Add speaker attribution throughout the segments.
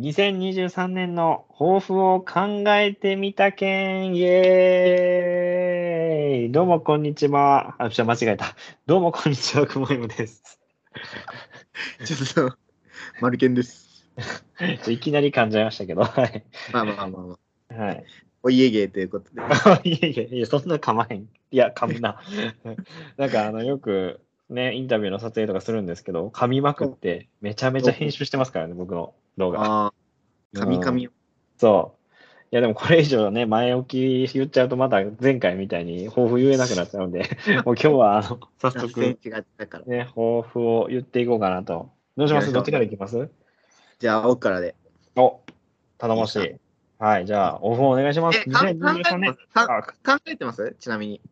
Speaker 1: 2023年の抱負を考えてみたけん、イエーイどうもこんにちは。あ、じゃ間違えた。どうもこんにちは、くもいもです。
Speaker 2: ちょっと、マルケンです。
Speaker 1: ちょいきなり噛んじゃいましたけど。はい。
Speaker 2: まあまあまあまあ。
Speaker 1: はい、
Speaker 2: お家芸ということで。
Speaker 1: い やいやいや、そんな噛まへん。いや、噛むな。 なんか、あの、よく、ね、インタビューの撮影とかするんですけど、噛みまくって、めちゃめちゃ編集してますからね、僕の動画。
Speaker 2: ああ、神々を。
Speaker 1: そう。いや、でもこれ以上ね、前置き言っちゃうと、また前回みたいに抱負言えなくなっちゃ うので、もう今日はあの早
Speaker 2: 脱
Speaker 1: 速
Speaker 2: 線、違ったから。
Speaker 1: ね、抱負を言っていこうかなと。どうしま
Speaker 2: い
Speaker 1: す
Speaker 2: や
Speaker 1: どっちからいきます
Speaker 2: じゃあ、青からで。
Speaker 1: お頼もしい。はい、じゃあ、抱負をお願いします。
Speaker 2: え、かん考えて
Speaker 1: 2023
Speaker 2: ま
Speaker 1: 年
Speaker 2: す。か
Speaker 1: あ
Speaker 2: 考えてますちなみに。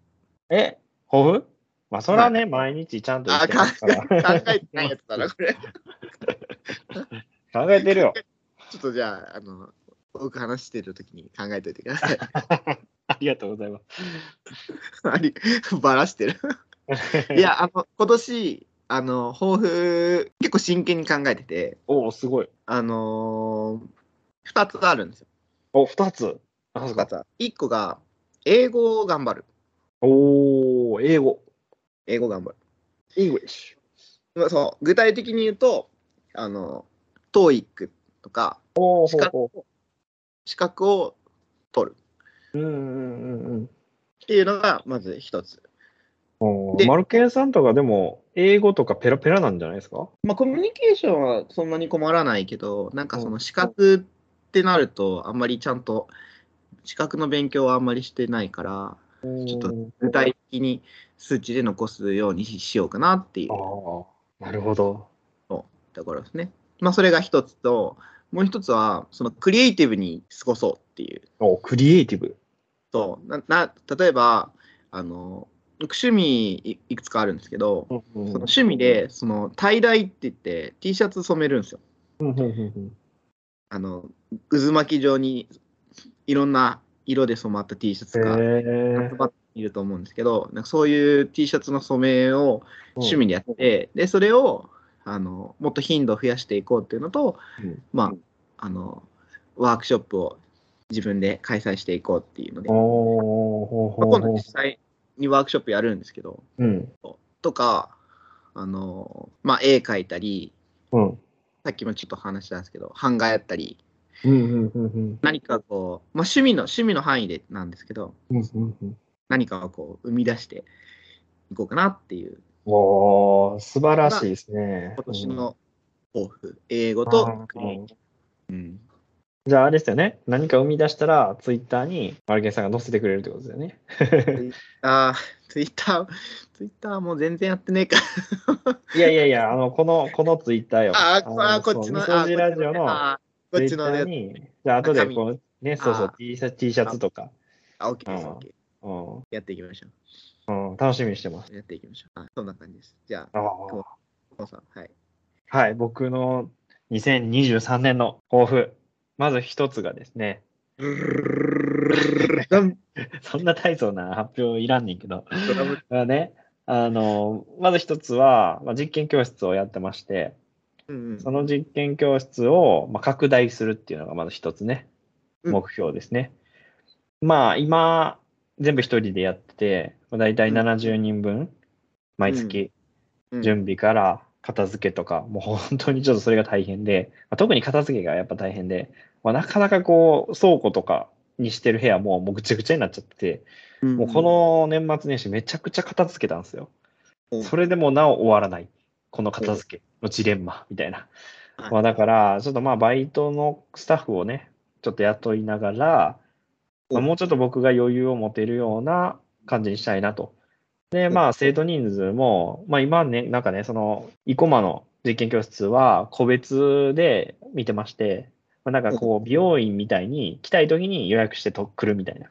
Speaker 1: え、抱負まあ、それはね、毎日ちゃんと生
Speaker 2: あ、
Speaker 1: きて
Speaker 2: 考
Speaker 1: ますか
Speaker 2: え考
Speaker 1: ら
Speaker 2: えてないやつだな、これ。
Speaker 1: 考えてるよ。
Speaker 2: ちょっとじゃあ、あの、僕話してるときに考えておいてく ださい。
Speaker 1: ありがとうございます。
Speaker 2: あり、ば らしてる。い、や、あの、今年、あの、抱負、結構真剣に考えてて、
Speaker 1: おお、すごい。
Speaker 2: あのー、2つあるんですよ。
Speaker 1: お、二つ。あ、そう
Speaker 2: 2
Speaker 1: か。
Speaker 2: つある。1個が、英語を頑張る。
Speaker 1: おお、英語。
Speaker 2: 英語頑張る。
Speaker 1: English。
Speaker 2: まあそう具体的に言うと、あの、TOEIC とか
Speaker 1: おお、
Speaker 2: 資格を資格を取る
Speaker 1: うんうんうんうん。
Speaker 2: っていうのがまず一つ。
Speaker 1: おー
Speaker 2: で
Speaker 1: マルケンさんとかでも、英語とかペラペラなんじゃないですか
Speaker 2: まあ、コミュニケーションはそんなに困らないけど、なんかその資格ってなると、あんまりちゃんと資格の勉強はあんまりしてないから、
Speaker 1: ち
Speaker 2: ょっと具体的に数値で残すようにしようかなっていう
Speaker 1: と。ああ、なるほど。
Speaker 2: ところですね。まあ、それが一つと、もう一つは、そのクリエイティブに過ごそうっていう
Speaker 1: おクリエイティブ。
Speaker 2: そうなな例えばあの僕趣味いいくつかあるんですけど、
Speaker 1: うん
Speaker 2: その趣味でそのタイダイって言って T シャツ染めるんですよ
Speaker 1: うんうんうん
Speaker 2: あの渦巻き状にいろんな色で染まった T シャツが
Speaker 1: へ
Speaker 2: 集まっていると思うんですけど、なんかそういう T シャツの染めを趣味でやって、でそれをあのもっと頻度を増やしていこうっていうのと、
Speaker 1: うん
Speaker 2: まああのワークショップを自分で開催していこうっていうので
Speaker 1: おおほうほ
Speaker 2: まあ
Speaker 1: う
Speaker 2: 今度
Speaker 1: ほ
Speaker 2: 実際にワークショップやるんですけど、
Speaker 1: う。うん。
Speaker 2: とか、あの、まあ、絵描いたり、
Speaker 1: うん。
Speaker 2: さっきもちょっと話したんですけど、版画やったり、
Speaker 1: うんうんうんうん
Speaker 2: 何かこう、まあ、趣味の、趣味の範囲でなんですけど、
Speaker 1: うんうんうん。
Speaker 2: 何かをこう、生み出していこうかなっていう、
Speaker 1: おお素晴らしいですね。
Speaker 2: 今年
Speaker 1: うん
Speaker 2: の抱負、英語とクリエイティブうん
Speaker 1: じゃああれですよね。何か生み出したら、ツイッターにマルケンさんが載せてくれるってことですよね。
Speaker 2: あー、ツイッター、ツイッターもう全然やってねえから。
Speaker 1: いやいやいや、あの、この、このツイッターよ。
Speaker 2: あー
Speaker 1: あ
Speaker 2: あ
Speaker 1: の
Speaker 2: ー、こっちの、
Speaker 1: そうみ
Speaker 2: あ
Speaker 1: そ
Speaker 2: ー
Speaker 1: じラジオの
Speaker 2: あーこっち
Speaker 1: Twitter
Speaker 2: のね、
Speaker 1: に、じゃあ後で
Speaker 2: 中身
Speaker 1: こう、ね、そうそ
Speaker 2: あ
Speaker 1: う、T シャツ T シャツとか、
Speaker 2: あ、オッケーです、
Speaker 1: うん
Speaker 2: オッケー。
Speaker 1: う
Speaker 2: やっていきましょ
Speaker 1: んうん、楽しみにしてます。
Speaker 2: う。やっていきましょう。はい、そんな感じです。じゃあ、
Speaker 1: あ
Speaker 2: う
Speaker 1: ー
Speaker 2: コウさん、はい。
Speaker 1: はい、僕の2023年の抱負、まず一つがですね、
Speaker 2: ド
Speaker 1: そんな大層な発表いらんねんけど、
Speaker 2: ラム
Speaker 1: まあね、あの、まず一つは、まあ、実験教室をやってまして、
Speaker 2: うん
Speaker 1: その実験教室を、まあ、拡大するっていうのがまず一つね、
Speaker 2: うん
Speaker 1: 目標ですね。まあ今、全部一人でやってて、まあ、大体
Speaker 2: うん
Speaker 1: 70人分、毎月
Speaker 2: うん
Speaker 1: 準備から片付けとか、もう本当にちょっとそれが大変で、まあ、特に片付けがやっぱ大変で、まあ、なかなかこう倉庫とかにしてる部屋ももうぐちゃぐちゃになっちゃってて、もうこの年末年始めちゃくちゃ片付けたんですよ
Speaker 2: う。ん
Speaker 1: それでもなお終わらない。この片付けのジレンマみたいな
Speaker 2: は。い
Speaker 1: まあだから、ちょっとまあバイトのスタッフをね、ちょっと雇いながら、まあ
Speaker 2: うん
Speaker 1: もうちょっと僕が余裕を持てるような感じにしたいなと。で、
Speaker 2: うん
Speaker 1: まあ生徒人数も、まあ今ね、なんかね、その、生駒の実験教室は個別で見てまして、まあ、なんかこう、美容院みたいに来たい時に予約してと来るみたいな。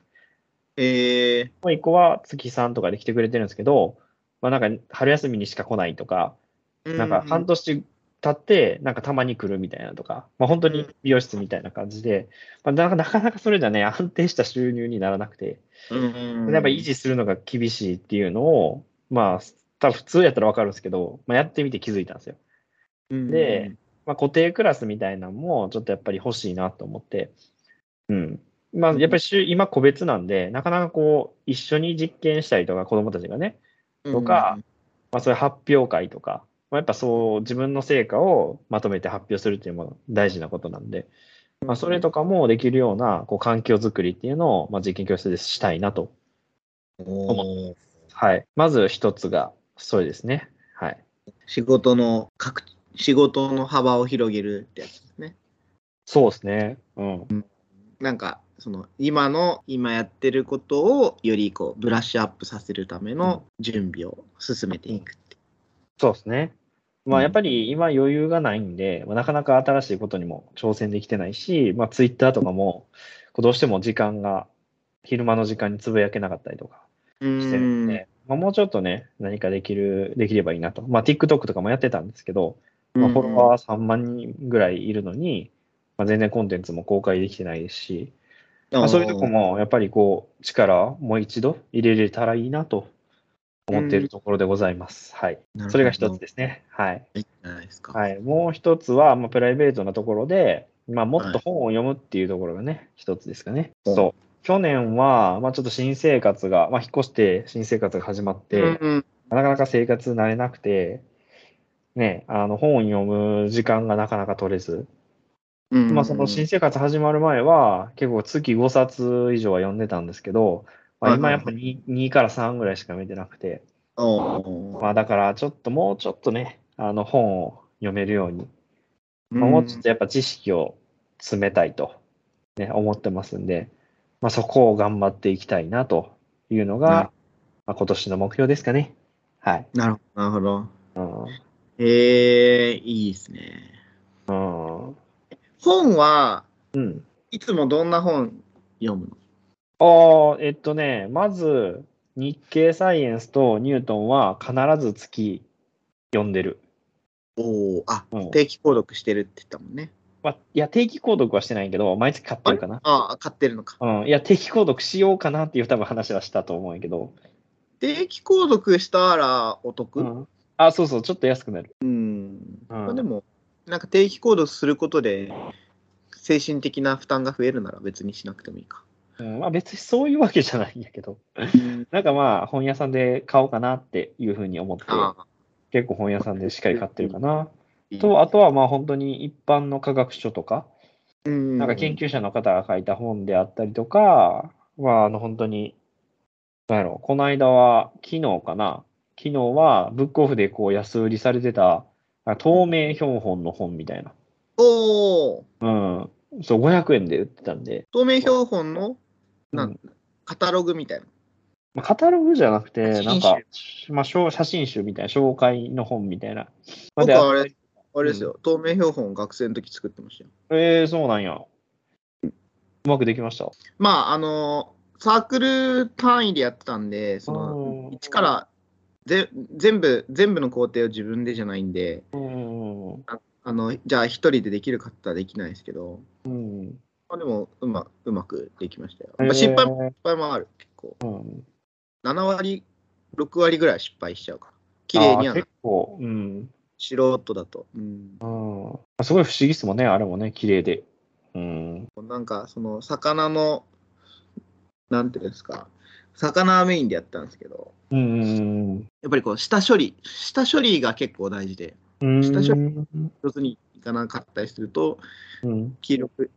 Speaker 2: えー
Speaker 1: もう一個は月3とかで来てくれてるんですけど、まあ、なんか春休みにしか来ないとか、
Speaker 2: う
Speaker 1: なんか半年経って、なんかたまに来るみたいなとか、まあ、本当に美容室みたいな感じで、まあ、なかなかなかそれじゃね、安定した収入にならなくて、
Speaker 2: うん
Speaker 1: やっぱ維持するのが厳しいっていうのを、まあ、多分普通やったら分かるんですけど、まあ、やってみて気づいたんですよ。
Speaker 2: うん
Speaker 1: でまあ、固定クラスみたいなのも、ちょっとやっぱり欲しいなと思って、うん。まあ、やっぱり週今個別なんで、なかなかこう、一緒に実験したりとか、子供たちがね、とかまあ、そういう発表会とか、まあ、やっぱそう、自分の成果をまとめて発表するっていうのも大事なことなんで、まあ、それとかもできるような、こう、環境づくりっていうのを、まあ、実験教室でしたいなと。
Speaker 2: おー
Speaker 1: はい。まず一つが、それですね。はい。
Speaker 2: 仕事の各仕事の幅を広げるってやつですね。
Speaker 1: そうですね。うん。
Speaker 2: なんかその今の今やってることをよりこうブラッシュアップさせるための準備を進めていくって。
Speaker 1: そうですね。ま
Speaker 2: う
Speaker 1: あ
Speaker 2: ん
Speaker 1: やっぱり今余裕がないんで、まあなかなか新しいことにも挑戦できてないし、まあツイッターとかも、こうどうしても時間が、昼間の時間につぶやけなかったりとか
Speaker 2: う
Speaker 1: してるんで、まあもうちょっとね、何かできる、できればいいなと。まあ TikTok とかもやってたんですけど、まあフォロワー3万人ぐらいいるのに、まあ全然コンテンツも公開できてないですし、まあそういうとこもやっぱりこう力をもう一度入れれたらいいなと思っているところでございます。はい。それが一つ
Speaker 2: で
Speaker 1: ですね。はい。
Speaker 2: す。いいじゃないですか。
Speaker 1: はい、もう一つは、まあ、プライベートなところで、まあ、もっと本を読むっていうところがね、一つですかね。
Speaker 2: うん
Speaker 1: そう。去年は、まあ、ちょっと新生活が、まあ、引っ越して新生活が始まって、
Speaker 2: うん
Speaker 1: なかなか生活慣れなくて、ね、あの本を読む時間がなかなか取れず、
Speaker 2: うん
Speaker 1: まあ、その新生活始まる前は、結構月5冊以上は読んでたんですけど、まあ、今やっぱ 2, 2から3ぐらいしか見てなくて、
Speaker 2: おー
Speaker 1: まあだからちょっともうちょっとね、あの本を読めるように、まあ
Speaker 2: うん
Speaker 1: もうちょっとやっぱ知識を詰めたいと、ね、思ってますんで、まあそこを頑張っていきたいなというの
Speaker 2: なる
Speaker 1: が、まあ、今年の目標ですかね。はい。
Speaker 2: なるほど、なるほど。
Speaker 1: うん。うん
Speaker 2: えー、いいですね。本は、
Speaker 1: うん。
Speaker 2: いつもどんな本読むの
Speaker 1: あーえっとね、まず、日経サイエンスとニュートンは必ず月読んでる。
Speaker 2: おお、あ、
Speaker 1: うん
Speaker 2: 定期購読してるって言ったもんね。
Speaker 1: まあ、いや、定期購読はしてないけど、毎月買ってるかな。
Speaker 2: ああ、買ってるのか。
Speaker 1: うん、いや、定期購読しようかなっていう多分話はしたと思うんやけど、
Speaker 2: 定期購読したらお得
Speaker 1: う、
Speaker 2: うん
Speaker 1: あ、そうそう、ちょっと安くなる。
Speaker 2: ん。
Speaker 1: うん
Speaker 2: まあ、でも、なんか定期購読することで、精神的な負担が増えるなら別にしなくてもいい か。
Speaker 1: うんまあ別にそういうわけじゃないんやけど、なんかまあ本屋さんで買おうかなっていうふうに思って、
Speaker 2: ああ、
Speaker 1: 結構本屋さんでしっかり買ってるかな。
Speaker 2: いい
Speaker 1: と、あとはまあ本当に一般の科学書とか、
Speaker 2: うん
Speaker 1: なんか研究者の方が書いた本であったりとか、まああの本当に、なんやろ、この間は昨日かな、昨日はブックオフでこう安売りされてた、あ透明標本の本みたいな。
Speaker 2: おお、
Speaker 1: うん。そう、500円で売ってたんで、
Speaker 2: 透明標本のな
Speaker 1: うん
Speaker 2: んカタログみたいな。
Speaker 1: まあカタログじゃなくて、
Speaker 2: 写
Speaker 1: なん
Speaker 2: 真集
Speaker 1: か、まあ、しょう写真集みたいな、紹介の本みたいな。まあ
Speaker 2: 僕
Speaker 1: で
Speaker 2: はあれ、あれですよ、透明標本学生の時作ってましたよ。
Speaker 1: えー、そうなんや。うまくできました。
Speaker 2: まあ、あのーサークル単位でやってたんで、その
Speaker 1: うん
Speaker 2: 一からぜ全部、全部の工程を自分でじゃないんで、
Speaker 1: うん。
Speaker 2: あのじゃあ一人でできるかって言ったらできないですけど、
Speaker 1: うん。
Speaker 2: まあ、でもうまうまくできましたよ。
Speaker 1: え
Speaker 2: まあ、失敗も
Speaker 1: ー
Speaker 2: 失敗もある、結構。7割、6割ぐらい失敗しちゃうから。綺
Speaker 1: あ
Speaker 2: 麗には
Speaker 1: ー
Speaker 2: な
Speaker 1: 結構、うん。
Speaker 2: 素人だと。うん
Speaker 1: うん。すごい不思議っすもんね、あれもね、綺麗で。うん。
Speaker 2: なんかその魚のなんていうんですか魚メインでやったんですけど
Speaker 1: うん。
Speaker 2: やっぱりこう下処理下処理が結構大事で
Speaker 1: うん。
Speaker 2: 下処
Speaker 1: う
Speaker 2: 上手にいかなかったりすると
Speaker 1: ん。
Speaker 2: 黄色く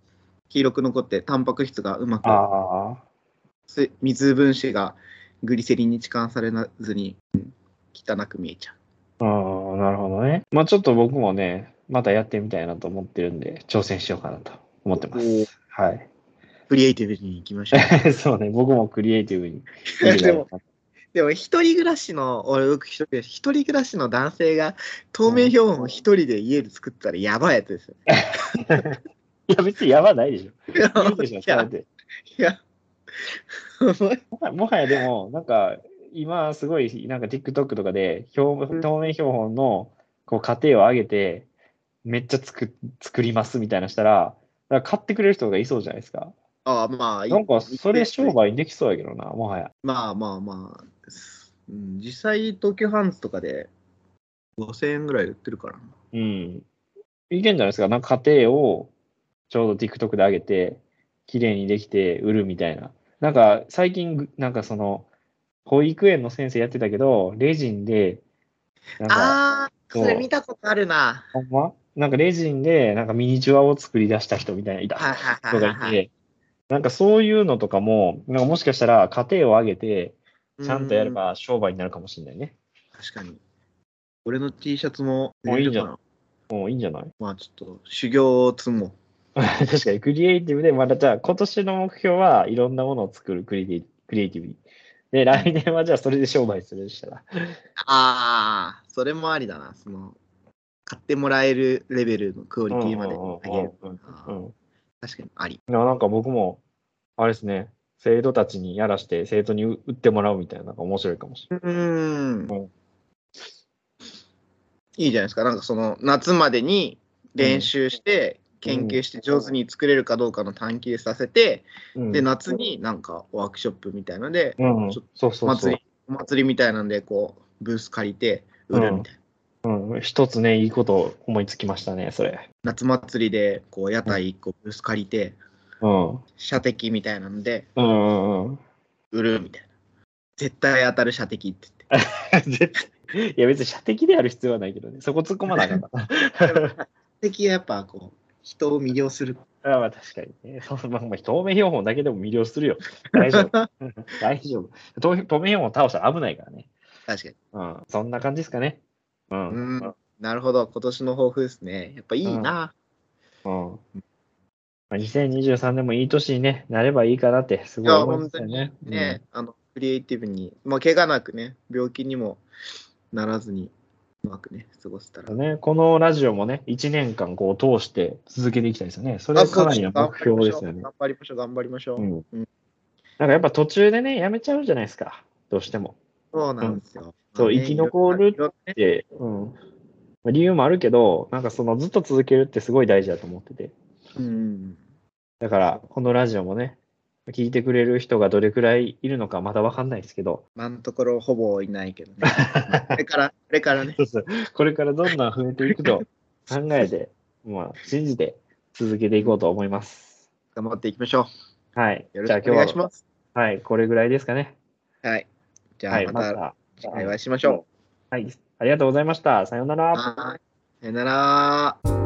Speaker 2: 黄色く残ってタンパク質がうまく
Speaker 1: ああ。
Speaker 2: す水分子がグリセリンに置換されなずにうん汚く見えちゃう。
Speaker 1: うん、なるほどね。まあちょっと僕もね、またやってみたいなと思ってるんで、挑戦しようかなと思ってま
Speaker 2: お
Speaker 1: す
Speaker 2: ー。
Speaker 1: はい。
Speaker 2: クリエイティブに行きましょう。
Speaker 1: そうね、僕もクリエイティブに。
Speaker 2: でもでも一人暮らしの俺よく一人暮らし一人暮らしの男性が透明標本を一人で家で作ったらやばいやつですよ。
Speaker 1: いや、別にやばないでしょ。
Speaker 2: いや
Speaker 1: いいでしょ、それで。
Speaker 2: いや、
Speaker 1: もはもはやでも、なんか、今すごい、なんか TikTok とかで、表透明標本のこう過程を上げて、めっちゃ作作りますみたいなしたら、だから買ってくれる人がいそうじゃないですか。
Speaker 2: ああ、まあ、い
Speaker 1: なんか、それ商売にできそうやけどな、もはや。
Speaker 2: まあまあまあ、うん実際、東急ハンズとかで5000円ぐらいで売ってるからな。
Speaker 1: うん。いけんじゃないですか。なんか家庭をちょうど TikTok で上げて、綺麗にできて売るみたいな。なんか最近ぐ、なんかその、保育園の先生やってたけど、レジンで、なんか、
Speaker 2: ああ、
Speaker 1: そう
Speaker 2: それ見たことあるな。
Speaker 1: ほんまなんかレジンで、なんかミニチュアを作り出した人みたいな、いた。
Speaker 2: はいはい
Speaker 1: 人
Speaker 2: は
Speaker 1: が
Speaker 2: い
Speaker 1: い
Speaker 2: はい。
Speaker 1: て、なんかそういうのとかも、なんかもしかしたら家庭を上げて、ちゃんとやれ
Speaker 2: う
Speaker 1: ば商売になるかもしれないね。
Speaker 2: ん。確かに。俺の T シャツも
Speaker 1: もういいんじゃ
Speaker 2: 売れ
Speaker 1: な
Speaker 2: るか
Speaker 1: もういいんじゃない
Speaker 2: なまあちょっと修行を積もう。
Speaker 1: 確かにクリエイティブで、まだじゃあ今年の目標はいろんなものを作るクリエイクリエイティブに。で、来年はじゃあそれで商売するとしたら。
Speaker 2: ああ、それもありだな。その、買ってもらえるレベルのクオリティまで上げる。
Speaker 1: うん
Speaker 2: あ
Speaker 1: う
Speaker 2: ー
Speaker 1: ん
Speaker 2: 確かにあり。
Speaker 1: いやなんか僕も、あれですね、生徒たちにやらして生徒に売ってもらうみたいな、なんか面白いかもしれ
Speaker 2: うー
Speaker 1: うん
Speaker 2: ん。いいじゃないですか。なんかその、夏までに練習して、研究して上手に作れるかどうかの短期でさせて、
Speaker 1: ない。
Speaker 2: で、夏になんかワークショップみたいので、
Speaker 1: うん、うん、
Speaker 2: ち
Speaker 1: そ
Speaker 2: ょ
Speaker 1: うそうそう
Speaker 2: 祭り。、お祭りみたいなんで、こう、ブース借りて売るみたいな。
Speaker 1: うん、一つね、いいことを思いつきましたね、それ。
Speaker 2: 夏祭りで、こう、屋台1個ブース借りて、
Speaker 1: うん。
Speaker 2: 射的みたいなので、
Speaker 1: うんうんうん。
Speaker 2: 売るみたいな。絶対当たる射的って
Speaker 1: 絶対いや別に射的である必要はないけどね、そこ突っ込まなあ かった。
Speaker 2: 言って。でも射的はやっぱこう、人を魅了する。
Speaker 1: あまあ確かにね。そうまあ、まあ透明標本だけでも魅了するよ。大 丈夫。大丈夫。透明透明標本を倒したら危ないからね。
Speaker 2: 確かに。
Speaker 1: うん。そんな感じですかね。うん。
Speaker 2: うんなるほど。今年の抱負ですね。やっぱいいな。
Speaker 1: うん。まあ、2023年もいい年に、ね、なればいいかなって、す
Speaker 2: い
Speaker 1: ごい
Speaker 2: や、
Speaker 1: 思いま
Speaker 2: 本
Speaker 1: し
Speaker 2: 当
Speaker 1: た
Speaker 2: に
Speaker 1: ね
Speaker 2: ね。、あの、クリエイティブに、まあ、怪我なくね、病気にもならずに、うまくね、過ごせたら
Speaker 1: うん。ね、このラジオもね、1年間こう通して続けていきたいですよね。それがかなりの目標ですよね。
Speaker 2: 頑張りましょう、頑張りましょう。
Speaker 1: うん
Speaker 2: うん
Speaker 1: なんかやっぱ途中でね、やめちゃうじゃないですか、どうしても。
Speaker 2: そうなんですよ。
Speaker 1: そう
Speaker 2: まあね
Speaker 1: 生き残る
Speaker 2: いろいろね
Speaker 1: で、うん。まあ理由もあるけど、なんかそのずっと続けるってすごい大事だと思ってて。
Speaker 2: うん。
Speaker 1: だから、このラジオもね、聞いてくれる人がどれくらいいるのかまだわかんないですけど、
Speaker 2: 今のところほぼいな いけどね。まあこれから、これからね。
Speaker 1: これからどんどん増えていく と考えて、まあ、信じて続けていこうと思います。
Speaker 2: 頑張っていきましょ
Speaker 1: はい。
Speaker 2: う。
Speaker 1: じ
Speaker 2: よ
Speaker 1: ゃあ
Speaker 2: ろしくお
Speaker 1: 今
Speaker 2: 願いし
Speaker 1: 日は、
Speaker 2: ます。
Speaker 1: はい、これぐらいですかね。
Speaker 2: はい。じゃ
Speaker 1: はい、
Speaker 2: あま
Speaker 1: ま
Speaker 2: た
Speaker 1: た。
Speaker 2: 次回お会いしましょ
Speaker 1: はい、ありがとうございました。さようなら
Speaker 2: う。。はい。さよなら。